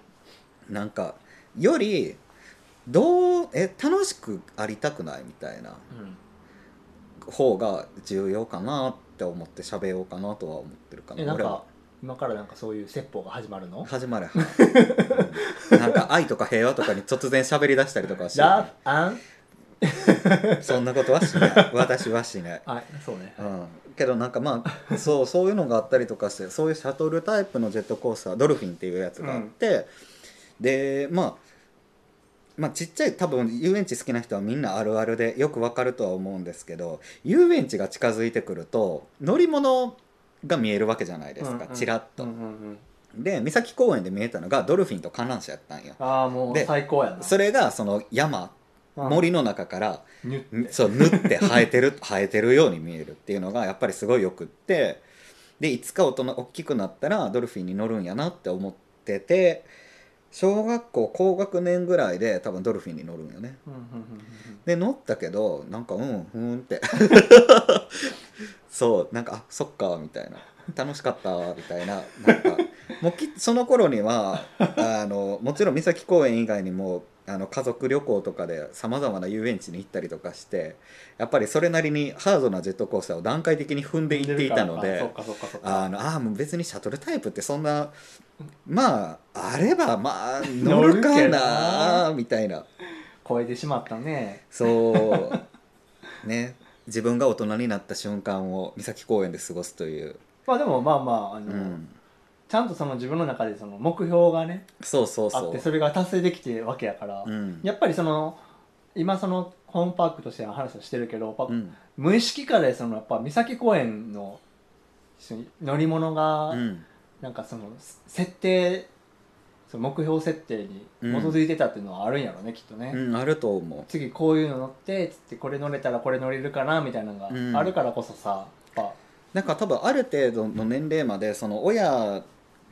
Speaker 1: なんかよりどうえ楽しくありたくないみたいな
Speaker 2: うん
Speaker 1: 方が重要かなって思って喋ようかなとは思ってるか
Speaker 2: え
Speaker 1: な
Speaker 2: なん
Speaker 1: 俺は
Speaker 2: か今からなんかそういう説法が始まるの
Speaker 1: 始まる、うんなんか愛とか平和とかに突然喋り出したりとかはしない
Speaker 2: Love and
Speaker 1: そんなことはしない私はしない、
Speaker 2: あそうね
Speaker 1: うん、けどなんかまあそうそういうのがあったりとかしてそういうシャトルタイプのジェットコースタードルフィンっていうやつがあって、でまあまあ、ちっちゃい多分遊園地好きな人はみんなあるあるでよくわかるとは思うんですけど遊園地が近づいてくると乗り物が見えるわけじゃないですか、
Speaker 2: うんうん
Speaker 1: ちらっ
Speaker 2: う
Speaker 1: と
Speaker 2: ん。うんうん
Speaker 1: で三崎公園で見えたのがドルフィンと観覧車やったんよ。
Speaker 2: ああもう
Speaker 1: で
Speaker 2: 最高やな
Speaker 1: それがその山
Speaker 2: うん
Speaker 1: 森の中から
Speaker 2: ニュッ
Speaker 1: んそう縫って生えてる 生えてるように見えるっていうのがやっぱりすごいよくってでいつか大人大きくなったらドルフィンに乗るんやなって思ってて小学校高学年ぐらいで多分ドルフィンに乗るんよね
Speaker 2: うんうんうん
Speaker 1: で乗ったけどなんかうんふーんってそうなんかあそっかみたいな楽しかったみたいななんかもうきその頃にはあのもちろん三崎公園以外にもあの家族旅行とかでさまざまな遊園地に行ったりとかしてやっぱりそれなりにハードなジェットコースターを段階的に踏んでいっていたの
Speaker 2: あそ
Speaker 1: で
Speaker 2: っ。かそっかそっ
Speaker 1: あ
Speaker 2: か
Speaker 1: のあーもう別にシャトルタイプってそんなまああればまあ 乗るかなみたいな
Speaker 2: 超えてしまったね
Speaker 1: そう。ね。自分が大人になった瞬間を三崎公園で過ごすという。
Speaker 2: まあでもまあまああ
Speaker 1: う
Speaker 2: の
Speaker 1: ん。
Speaker 2: ちゃんとその自分の中でその目標がね
Speaker 1: そうそう
Speaker 2: あ
Speaker 1: そ
Speaker 2: って
Speaker 1: う。
Speaker 2: それが達成できてるわけやから
Speaker 1: うん。
Speaker 2: やっぱりその今そのホームパークとしての話をしてるけどパ
Speaker 1: うん。
Speaker 2: 無意識化でそのやっぱ三崎公園のその乗り物が
Speaker 1: うん。
Speaker 2: なんかその設定その目標設定に基づいてたっていうのはあるんやろねきっとね。
Speaker 1: うん、あると思
Speaker 2: 次こういうの乗ってつってこれ乗れたらこれ乗れるかなみたいなの
Speaker 1: うん
Speaker 2: があるからこそさ、やっ
Speaker 1: う。なんか多分ある程度の年齢まで、その親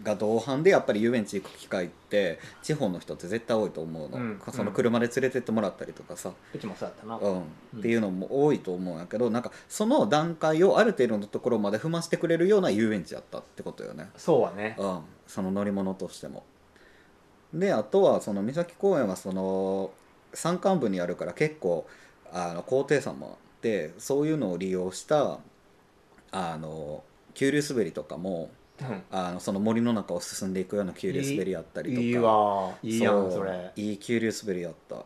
Speaker 1: が同伴でやっぱり遊園地行く機会って地方の人って絶対多いと思うの、
Speaker 2: うん
Speaker 1: その車で連れてってもらったりとかさ、
Speaker 2: ぱうちもそうだったな、
Speaker 1: うん、っていうのも多いと思うんやけどなんかその段階をある程度のところまで踏ましてくれるような遊園地だったってことよね
Speaker 2: そうはね
Speaker 1: うん、その乗り物としてもであとはその三崎公園はその山間部にあるから結構あの高低差もあってそういうのを利用したあの急流滑りとかも
Speaker 2: うん
Speaker 1: あのその森の中を進んでいくような急流滑りやったりとか
Speaker 2: いいわいいやんそれ
Speaker 1: ういい急流滑りやった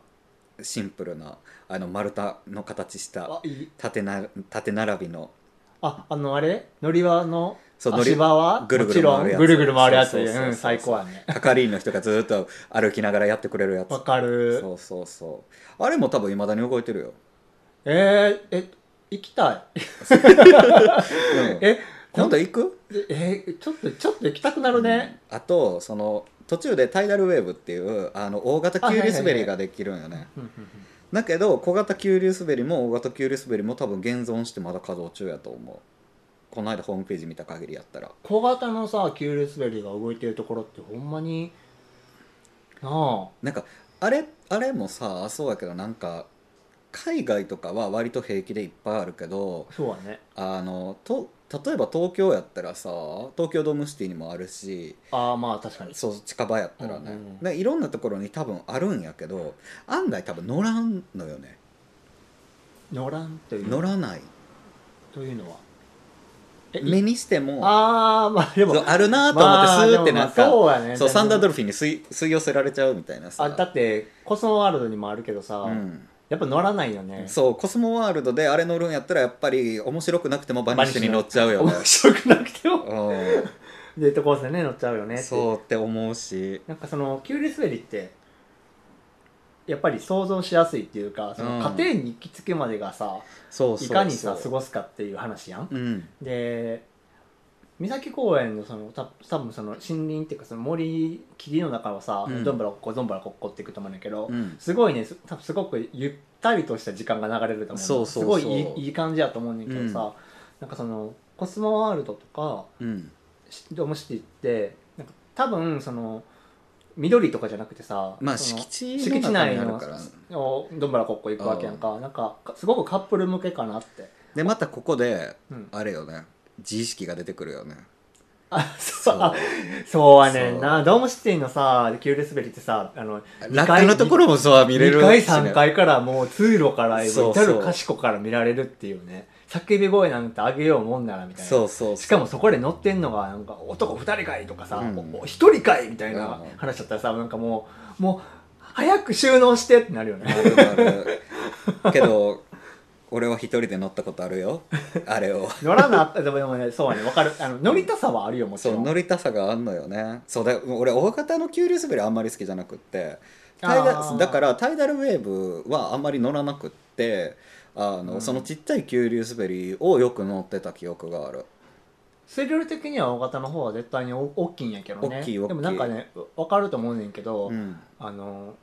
Speaker 1: シンプルなあの丸太の形した
Speaker 2: あいい
Speaker 1: 縦な縦並びの
Speaker 2: ああのあれ乗り場の
Speaker 1: そう乗り
Speaker 2: 足場は
Speaker 1: ぐる
Speaker 2: も
Speaker 1: ぐ
Speaker 2: ち
Speaker 1: る
Speaker 2: ろ
Speaker 1: 回る
Speaker 2: ん
Speaker 1: やつ
Speaker 2: ぐるぐる回るやつ
Speaker 1: そうそうそうそう
Speaker 2: うん最高やね
Speaker 1: 係員の人がずっと歩きながらやってくれるやつ
Speaker 2: わかる
Speaker 1: そうそうそうあれも多分いまだに動いてるよ、
Speaker 2: えー、え行きたい
Speaker 1: うん
Speaker 2: え
Speaker 1: 今度行く
Speaker 2: でえーちょっとちょっと行きたくなるね、
Speaker 1: うんあとその途中でタイダルウェーブっていうあの大型急流滑りができるんよね
Speaker 2: うんうんうん
Speaker 1: だけど小型急流滑りも大型急流滑りも多分現存してまだ稼働中やと思うこの間ホームページ見た限りやったら
Speaker 2: 小型のさ急流滑りが動いてるところってほんまになあ
Speaker 1: なんかあれあれもさそうやけどなんか海外とかは割と平気でいっぱいあるけど
Speaker 2: そうはね
Speaker 1: あのと例えば東京やったらさ東京ドームシティにもあるし
Speaker 2: ああまあ確かに
Speaker 1: そう近場やったらね、
Speaker 2: うんうん
Speaker 1: でいろんなところに多分あるんやけど案外多分乗らんのよね
Speaker 2: 乗らんという
Speaker 1: 乗らない
Speaker 2: というのはえ
Speaker 1: 目にしても
Speaker 2: ああまあでも
Speaker 1: そうあるなと思って
Speaker 2: まあ
Speaker 1: スーってなんか
Speaker 2: でもまあそうやね
Speaker 1: そうサンダード
Speaker 2: ル
Speaker 1: ルフィンに吸い吸い寄せられちゃうみたいなさ
Speaker 2: あだってコスモワールドにもあるけどさ、
Speaker 1: うん
Speaker 2: やっぱ乗らないよね
Speaker 1: そうコスモワールドであれ乗るんやったらやっぱり面白くなくてもバニッシュに乗っちゃうよね
Speaker 2: 面白くなくても
Speaker 1: うん
Speaker 2: デートコースでね乗っちゃうよねって
Speaker 1: そうって思うし
Speaker 2: なんかその急流滑りってやっぱり想像しやすいっていうかその
Speaker 1: うん
Speaker 2: 家庭に行き着くまでがさ、
Speaker 1: そうそうそう
Speaker 2: いかにさ過ごすかっていう話やん、
Speaker 1: うん
Speaker 2: で三崎公園のそのた多分その森林っていうかその森霧の中をさ、
Speaker 1: うん
Speaker 2: どんぶらこっこどんぶらこっこっていくと思うんだけど、
Speaker 1: うん
Speaker 2: すごいねす多分すごくゆったりとした時間が流れると思うの
Speaker 1: そうそうそう
Speaker 2: すごいいいいい感じやと思うんだけどさ、
Speaker 1: うん
Speaker 2: なんかそのコスモワールドとか
Speaker 1: うん
Speaker 2: しドームシティってなんか多分その緑とかじゃなくてさ
Speaker 1: まあ
Speaker 2: その
Speaker 1: 敷地
Speaker 2: 敷地
Speaker 1: の中
Speaker 2: 内
Speaker 1: にある
Speaker 2: の
Speaker 1: から
Speaker 2: おどんぶらこっこ行くわけやんかなんかかすごくカップル向けかなって、
Speaker 1: でまたここで
Speaker 2: うん、
Speaker 1: あれよね自意識が出てくるよね
Speaker 2: あ
Speaker 1: そ
Speaker 2: そう
Speaker 1: う
Speaker 2: あそうはねん
Speaker 1: そ
Speaker 2: なドームシティのさ急流滑りってさあの
Speaker 1: 落下のところもそう見れる
Speaker 2: 2階
Speaker 1: しね
Speaker 2: 3階からもう通路から
Speaker 1: そう
Speaker 2: 至
Speaker 1: そう
Speaker 2: るかしこから見られるっていうね叫び声なんてあげようもんならみたいな
Speaker 1: そうそう
Speaker 2: しかもそこで乗ってんのがなんか男2人かいとかさ、
Speaker 1: うん
Speaker 2: おお一1人かいみたいな
Speaker 1: うん
Speaker 2: 話だったらさなんかもうもう早く収納してってな るよね
Speaker 1: なるなるけど俺は一人で乗ったことあるよあれを
Speaker 2: 乗らなあったでもでもねそうはねわかるあの乗りたさはあるよもち
Speaker 1: そ
Speaker 2: ろ
Speaker 1: うん乗りたさがあんのよねそうだ俺大型の急流滑りあんまり好きじゃなくって
Speaker 2: あ
Speaker 1: タイ
Speaker 2: ー
Speaker 1: ダだからタイダルウェーブはあんまり乗らなくってあの、
Speaker 2: うん
Speaker 1: そのちっちゃい急流滑りをよく乗ってた記憶がある
Speaker 2: 水量的には大型の方は絶対にお大きいんやけどね
Speaker 1: 大きい大きい
Speaker 2: でもなんかねわかると思うねんけど、
Speaker 1: うん
Speaker 2: あの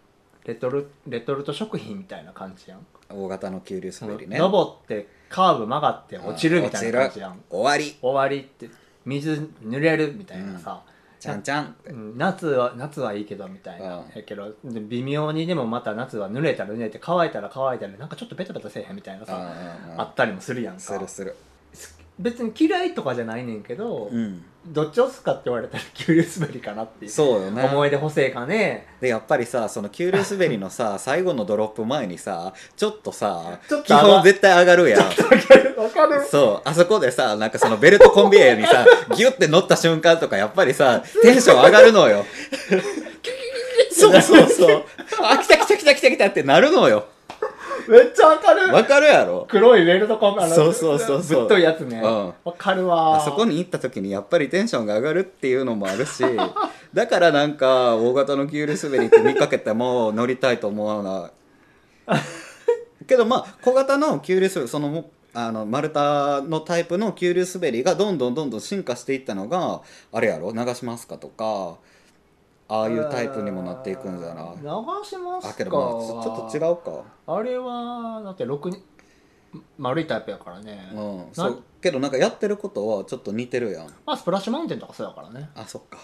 Speaker 2: レトルレトルト食品みたいな感じやん
Speaker 1: 大型の急流滑りね
Speaker 2: 登ってカーブ曲がって落ちるみたいな感じやん
Speaker 1: 終わり
Speaker 2: 終わりって水濡れるみたいなさ、
Speaker 1: ちゃんちゃんって
Speaker 2: うん夏は夏はいいけどみたいな、
Speaker 1: うん
Speaker 2: やけどで微妙にでもまた夏は濡れたら濡れて乾いたら乾いたらなんかちょっとベタベタせえへんみたいなさ、
Speaker 1: あ
Speaker 2: あったりもするやんか
Speaker 1: するする
Speaker 2: 別に嫌いとかじゃないねんけど、
Speaker 1: うん
Speaker 2: どっち押すかって言われたら急流滑りかなっていう
Speaker 1: そうよね
Speaker 2: 思い出補正 かね
Speaker 1: でやっぱりさその急流滑りのさ 最後のドロップ前にさちょっとさ
Speaker 2: ちょっと
Speaker 1: 基本絶対上がるやん
Speaker 2: わかるわかる
Speaker 1: そうあそこでさなんかそのベルトコンビエに さギュッて乗った瞬間とかやっぱりさテンション上がるのよそうそうそう あ来た来た来た来た来たってなるのよ
Speaker 2: めっちゃわかる
Speaker 1: わかるやろ
Speaker 2: 黒いベルトコンあの
Speaker 1: そうそうそうそう
Speaker 2: ぶっといやつね
Speaker 1: うん
Speaker 2: わ、かるわ
Speaker 1: あそこに行った時にやっぱりテンションが上がるっていうのもあるし だからなんか大型の急流滑りって見かけても乗りたいと思わ ないけどまあ小型の急流滑りそのもあの丸太のタイプの急流滑りがどんどんどんどん進化していったのがあれやろ流しますかとかああいうタイプにもなっていくんじゃない
Speaker 2: 流しますか
Speaker 1: あけどまあちょち
Speaker 2: う
Speaker 1: ょっと違うか
Speaker 2: あれはだって6に丸いタイプやからね、
Speaker 1: うんそうけどなんかやってることはちょっと似てるやん
Speaker 2: まあスプラッシュマウンテンとかそうやからね
Speaker 1: あそっか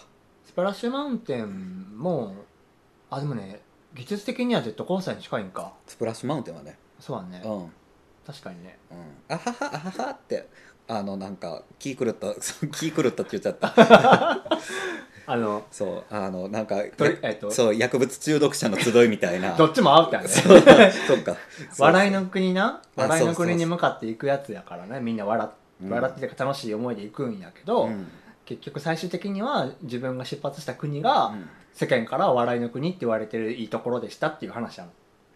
Speaker 2: スプラッシュマウンテンもあでもね技術的にはジェットコースターに近いんか
Speaker 1: スプラッシュマウンテンはね
Speaker 2: そうだね、
Speaker 1: うん
Speaker 2: 確かにね
Speaker 1: うんあははあははってあのなんか気狂った そう気狂ったって言っちゃ った
Speaker 2: あの
Speaker 1: そうあのなんか
Speaker 2: とりえっと
Speaker 1: そう薬物中毒者の集いみたい な
Speaker 2: どっちもアウトや ね
Speaker 1: そうそっか
Speaker 2: 笑い
Speaker 1: そう
Speaker 2: の国な
Speaker 1: そうそう
Speaker 2: 笑いの国に向かっていくやつやからねみんな笑
Speaker 1: うん
Speaker 2: 笑っててか楽しい思いで行くんやけ
Speaker 1: そ
Speaker 2: ど、
Speaker 1: ううん
Speaker 2: 結局最終的には自分が出発した国が
Speaker 1: うん
Speaker 2: 世間から笑いの国って言われてるいいところでしたっていう話なの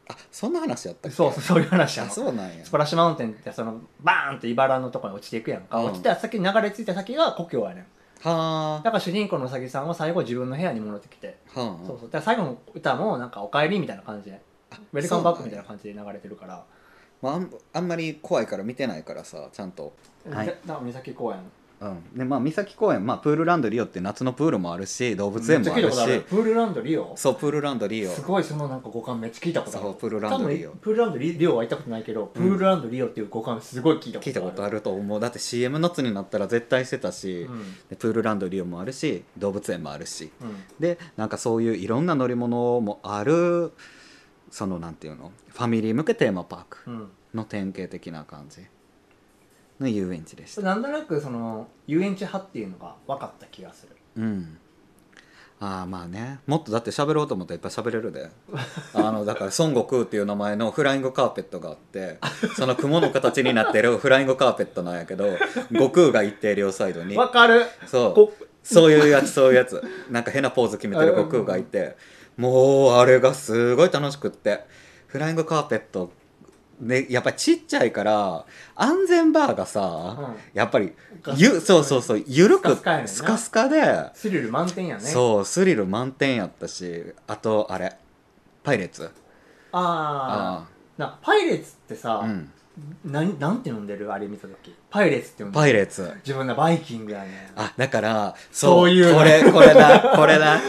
Speaker 1: あそんな話やったっけ
Speaker 2: そうそうそういう話な
Speaker 1: あ
Speaker 2: の
Speaker 1: そうなんや
Speaker 2: スプラッシュマウンテンってそのバーンって茨のとこに落ちていくやんか、
Speaker 1: うん
Speaker 2: 落ちた先に流れ着いた先が故郷やねん
Speaker 1: は
Speaker 2: だから主人公のうさぎさんは最後自分の部屋に戻ってきて、
Speaker 1: あはあ
Speaker 2: そうそうだから最後の歌もなんか「おかえり」みたいな感じで
Speaker 1: あ
Speaker 2: ウェルカムバックみたいな
Speaker 1: そう
Speaker 2: 感じで流れてるから、
Speaker 1: なんやまああんあんまり怖いから見てないからさちゃんとはい
Speaker 2: だだから三崎公園
Speaker 1: うんでまあ三崎公園まあプールランドリオって夏のプールもあるし動物園もあ
Speaker 2: めっ
Speaker 1: る
Speaker 2: ちゃ聞いたことあ
Speaker 1: し
Speaker 2: るプールランドリオ
Speaker 1: そうプールランドリオ
Speaker 2: すごいそのなんか五感めっちゃ聞いたことある
Speaker 1: そうプールランドリオ
Speaker 2: 多分プールランドリリオは行ったことないけど、
Speaker 1: うん
Speaker 2: プールランドリオっていう五感すごい聞いたことある
Speaker 1: 聞いたことあると思うだって CM 夏になったら絶対してたし、
Speaker 2: うん
Speaker 1: でプールランドリオもあるし動物園もあるし
Speaker 2: うん
Speaker 1: でなんかそういういろんな乗り物もあるそのなんていうのファミリー向けテーマパーク
Speaker 2: うん、
Speaker 1: の典型的な感じの遊園地でした、
Speaker 2: なんとなくその遊園地派っていうのが分かった気がする
Speaker 1: うん、ああまあねもっとだって喋ろうと思ったらいっぱい喋れる であのだから孫悟空っていう名前のフライングカーペットがあってその雲の形になってるフライングカーペットなんやけど悟空が行って両サイド に
Speaker 2: 分かる
Speaker 1: そう
Speaker 2: こ
Speaker 1: そういうやつそういうやつなんか変なポーズ決めてる悟空がいてもうあれがすごい楽しくってフライングカーペットねやっぱちっちゃいから安全バーがさ、
Speaker 2: うん
Speaker 1: やっぱり
Speaker 2: ガス
Speaker 1: ゆそうそうそうゆるく
Speaker 2: スカスカやねんな
Speaker 1: スカスカで、
Speaker 2: スリル満点やね
Speaker 1: そうスリル満点やったしあとあれパイレーツ
Speaker 2: ああなパイレーツって
Speaker 1: あ
Speaker 2: さ
Speaker 1: う、ん、
Speaker 2: なん、なんて呼んでるあれ見た時パイレーツって呼んでる
Speaker 1: パイレーツ
Speaker 2: 自分のバイキングやね
Speaker 1: あだから
Speaker 2: そういうの
Speaker 1: これこれだこれだ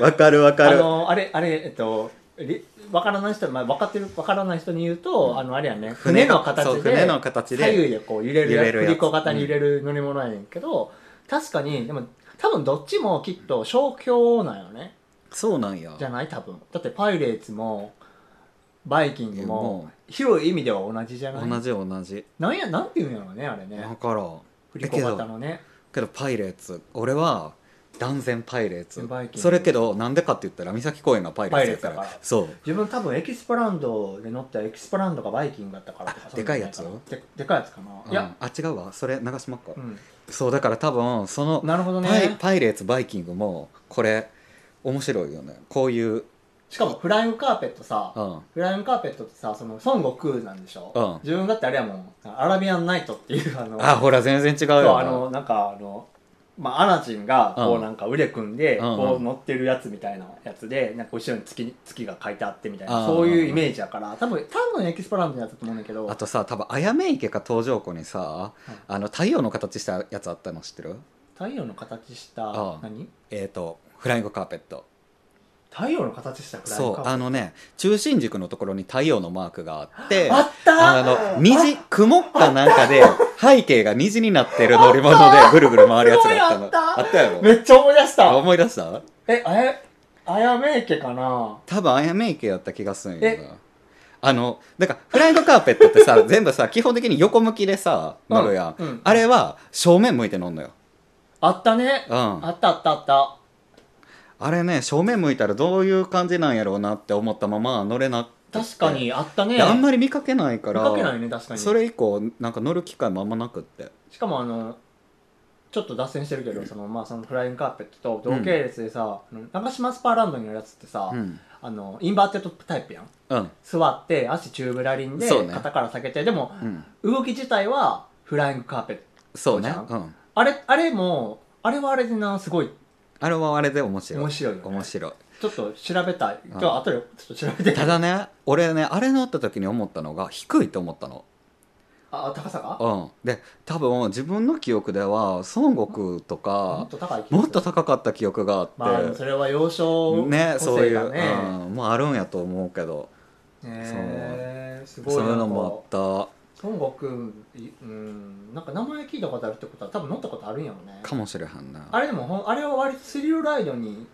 Speaker 1: わかるわか
Speaker 2: あ
Speaker 1: る
Speaker 2: のあれあれえっとり分からない人、まあ、分かってる分からない人に言うと、あのあれやね
Speaker 1: 船
Speaker 2: 船
Speaker 1: が
Speaker 2: の形
Speaker 1: そう
Speaker 2: で
Speaker 1: 船の形で
Speaker 2: 左右でこう揺れる
Speaker 1: 揺
Speaker 2: や
Speaker 1: れ
Speaker 2: つ
Speaker 1: るやつ
Speaker 2: 振り子型に揺れる乗り物やねんけど、確かにでも多分どっちもきっと商標なんよね
Speaker 1: そうなんや
Speaker 2: じゃない多分だってパイレーツもバイキング
Speaker 1: も
Speaker 2: も広い意味では同じじゃない
Speaker 1: 同じ同じ
Speaker 2: なんやなんていうんやろうねあれ
Speaker 1: だ
Speaker 2: ね
Speaker 1: から
Speaker 2: 振り子型のね
Speaker 1: けどパイレーツ俺は断然パイレーツ
Speaker 2: バイキング
Speaker 1: それけどなんでかって言ったら三崎公園がパイレーツやから
Speaker 2: パイレーツだから
Speaker 1: そう
Speaker 2: 自分多分エキスパランドで乗ったエキスパランドがバイキングだったからとか
Speaker 1: あでかいやつ
Speaker 2: そううんじゃないかなででかいやつかな、
Speaker 1: うん
Speaker 2: いや、
Speaker 1: あ違うわそれ長島か、
Speaker 2: うん、
Speaker 1: そうだから多分その
Speaker 2: なるほど
Speaker 1: パイ
Speaker 2: ね
Speaker 1: パイレーツバイキングもこれ面白いよねこういう
Speaker 2: しかもフライングカーペットさ
Speaker 1: うん
Speaker 2: フライングカーペットってさその孫悟空なんでしょ、
Speaker 1: うん
Speaker 2: 自分だってあれやもんアラビアンナイトっていうあ の
Speaker 1: あほら全然違う
Speaker 2: そう
Speaker 1: よ
Speaker 2: あのなんかあのまあ、アナジンが
Speaker 1: う
Speaker 2: こうんなんか腕組んで
Speaker 1: うんうん
Speaker 2: こう乗ってるやつみたいなやつでなんか後ろに月月が書いてあってみたい
Speaker 1: うん
Speaker 2: な
Speaker 1: うんうん
Speaker 2: そういうイメージやから多分多分エキスパランドやったと思うんだけど
Speaker 1: あとさ多分あやめ池か東条湖にさ、あの太陽の形したやつあったの知ってる
Speaker 2: 太陽の形した
Speaker 1: うん
Speaker 2: 何
Speaker 1: えっ、とフライングカーペット
Speaker 2: 太陽の形したフライン
Speaker 1: そ
Speaker 2: グカ
Speaker 1: う
Speaker 2: ーペッ
Speaker 1: あ
Speaker 2: ト
Speaker 1: のね中心軸のところに太陽のマークがあって
Speaker 2: あった
Speaker 1: あの虹雲かなんかで背景が虹になってる乗り物でぐるぐる回るやつがあったの
Speaker 2: すごいあった
Speaker 1: あったやろ
Speaker 2: めっちゃ思い出した
Speaker 1: 思い出した
Speaker 2: えあやあやめ池かな
Speaker 1: 多分あやめ池やった気がするんや
Speaker 2: え
Speaker 1: なあのだからフライングカーペットって さ全部さ基本的に横向きでさ乗るやん、
Speaker 2: うんうん
Speaker 1: あれは正面向いて乗んのよ
Speaker 2: あったね
Speaker 1: うん
Speaker 2: あ
Speaker 1: あ
Speaker 2: ったあったあった
Speaker 1: れね正面向いたらどういう感じなんやろうなって思ったまま乗れなくて
Speaker 2: 確かにあったね
Speaker 1: であんまり見かけないから
Speaker 2: 見かけないね確かに
Speaker 1: それ以降なんか乗る機会もあんまなくって
Speaker 2: しかもあのちょっと脱線してるけど、そのまあそのフライングカーペットと同系列でさ、あの長島スパーランドにあるやつってさ、
Speaker 1: うん
Speaker 2: あのインバーテッドタイプやん
Speaker 1: うん
Speaker 2: 座って足チューブラリンで
Speaker 1: そうね
Speaker 2: 肩から下げて、でも
Speaker 1: うん
Speaker 2: 動き自体はフライングカーペット
Speaker 1: そうね
Speaker 2: そうじ
Speaker 1: うん
Speaker 2: あれあれもあれはあれでなすごい
Speaker 1: あれはあれで面白い
Speaker 2: 面白いよ、ね、
Speaker 1: 面白い
Speaker 2: ちょっと調べたい
Speaker 1: ん
Speaker 2: 今日後でちょっと調べて
Speaker 1: ただね俺ねあれ乗った時に思ったのが低いと思ったの
Speaker 2: あ高さが
Speaker 1: うんで多分自分の記憶では孫悟空と
Speaker 2: も
Speaker 1: か
Speaker 2: っと高い気がする
Speaker 1: もっと高かった記憶があって、
Speaker 2: まあでもそれは幼少
Speaker 1: ねそういう、
Speaker 2: 個性がね
Speaker 1: うん、もうあるんやと思うけど
Speaker 2: ねすごい
Speaker 1: そういうの
Speaker 2: なんか
Speaker 1: もあっ
Speaker 2: 孫悟空いうんなんか名前聞いたことあるってことは多分乗ったことあるんやろね
Speaker 1: たかもしれへんな
Speaker 2: あれでもほんあれは割とスリルライドに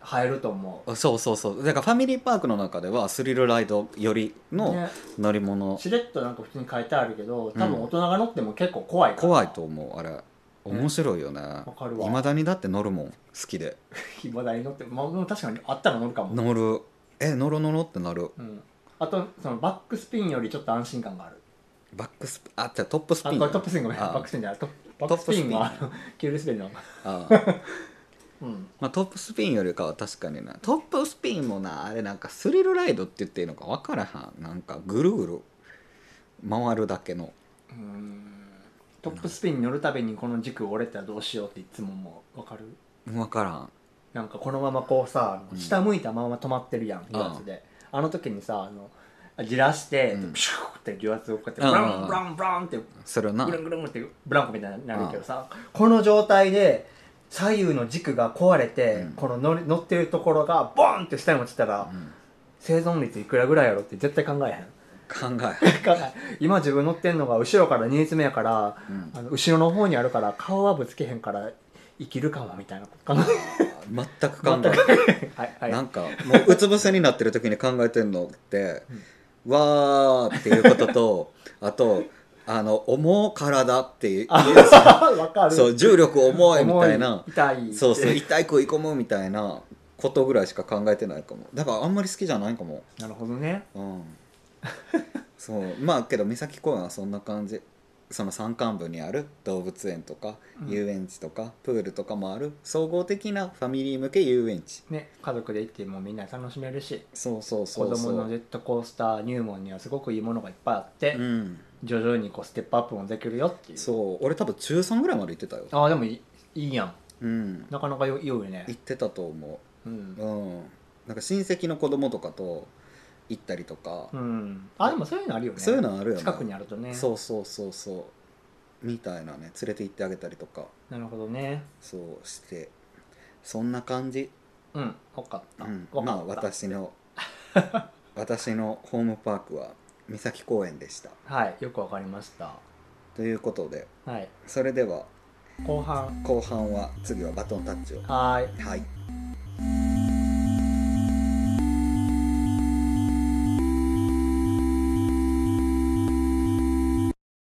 Speaker 2: 入ると思
Speaker 1: そうそうそうだからファミリーパークの中ではスリルライドより
Speaker 2: う、
Speaker 1: の
Speaker 2: ね、
Speaker 1: 乗り物、
Speaker 2: しれっとなんか普通に書いてあるけど多分大人が乗っても結構怖いから
Speaker 1: 怖いと思うあれ面白いよね
Speaker 2: わかる
Speaker 1: い
Speaker 2: わ
Speaker 1: まだにだって乗るもん好きで
Speaker 2: 暇だに乗ってまあでも確かにあったら乗るかも、
Speaker 1: 乗るえ乗る乗るってなる
Speaker 2: うん、あとそのバックスピンよりちょっと安心感がある
Speaker 1: バックスピンあじゃトップス
Speaker 2: あ
Speaker 1: ピン
Speaker 2: これトップスピンごめん
Speaker 1: あ
Speaker 2: バックスピンじゃないトッ
Speaker 1: ト
Speaker 2: プ
Speaker 1: ッ
Speaker 2: バッ
Speaker 1: プ
Speaker 2: ク
Speaker 1: ス
Speaker 2: ス
Speaker 1: ピン
Speaker 2: ピンはあのケールスピンの、
Speaker 1: ああ
Speaker 2: うん、
Speaker 1: まあ、トップスピンよりかは確かになトップスピンもなあれなんかスリルライドって言っていいのか分からはんなんかぐるぐる回るだけの
Speaker 2: うーんトップスピンに乗るたびにこの軸折れたらどうしようっていつももう分かる
Speaker 1: 分からん
Speaker 2: なんかこのままこうさ
Speaker 1: うん
Speaker 2: 下向いたまま止まってるやん油圧で、あの時にさあのじらして、
Speaker 1: うん
Speaker 2: ピシューって油圧をこうやってブ
Speaker 1: うんうん
Speaker 2: ランブランブランって
Speaker 1: するな
Speaker 2: ブルンブルンってブランコみたいになるけどさこの状態で左右の軸が壊れて、
Speaker 1: うん
Speaker 2: この乗り乗ってるところがボーンって下に落ちたら、
Speaker 1: うん
Speaker 2: 生存率いくらぐらいやろって絶対考えへん
Speaker 1: 考え
Speaker 2: だから 今自分乗ってんのが後ろから2列目やから、
Speaker 1: うん
Speaker 2: あの後ろの方にあるから顔はぶつけへんから生きるかもみたいなこと考え
Speaker 1: あ全く考え
Speaker 2: 全く
Speaker 1: ない
Speaker 2: はいはい
Speaker 1: なんかもううつ伏せになってる時に考えてるのって、わーっていうこと とあとあの重体っていう
Speaker 2: あ わかる
Speaker 1: そう重力重いみたいな
Speaker 2: 重痛い
Speaker 1: そうそう痛い食い込むみたいなことぐらいしか考えてないかもだからあんまり好きじゃないかも
Speaker 2: なるほどね
Speaker 1: うん そうまあけど三崎公園はそんな感じその山間部にある動物園とか
Speaker 2: うん
Speaker 1: 遊園地とかプールとかもある総合的なファミリー向け遊園地
Speaker 2: ね家族で行ってもみんな楽しめるし
Speaker 1: そうそうそ
Speaker 2: 子
Speaker 1: うそ
Speaker 2: 供
Speaker 1: う
Speaker 2: のジェットコースター入門にはすごくいいものがいっぱいあって、
Speaker 1: うん
Speaker 2: 徐々にこうステップアップもできるよっていう
Speaker 1: そう俺多分中3ぐらいまで行ってたよ
Speaker 2: ああでもいいいいやん
Speaker 1: うん
Speaker 2: なかなかよいいよね
Speaker 1: 行ってたと思
Speaker 2: うん
Speaker 1: う、うんなんか親戚の子供とかと行ったりとか、
Speaker 2: うん、あでもそういうのあるよね
Speaker 1: そういうのあるよね
Speaker 2: 近くにあるとね
Speaker 1: そうそうそうそうみたいなね連れて行ってあげたりとか
Speaker 2: なるほどね
Speaker 1: そうしてそんな感じ、
Speaker 2: うん分かった、
Speaker 1: うん、
Speaker 2: わ
Speaker 1: ま
Speaker 2: か
Speaker 1: あ
Speaker 2: った
Speaker 1: 私 の私のホームパークは三崎公園でした
Speaker 2: はいよくわかりました
Speaker 1: ということで
Speaker 2: はい
Speaker 1: それでは
Speaker 2: 後半
Speaker 1: 後半は次はバトンタッチを
Speaker 2: はーい
Speaker 1: はい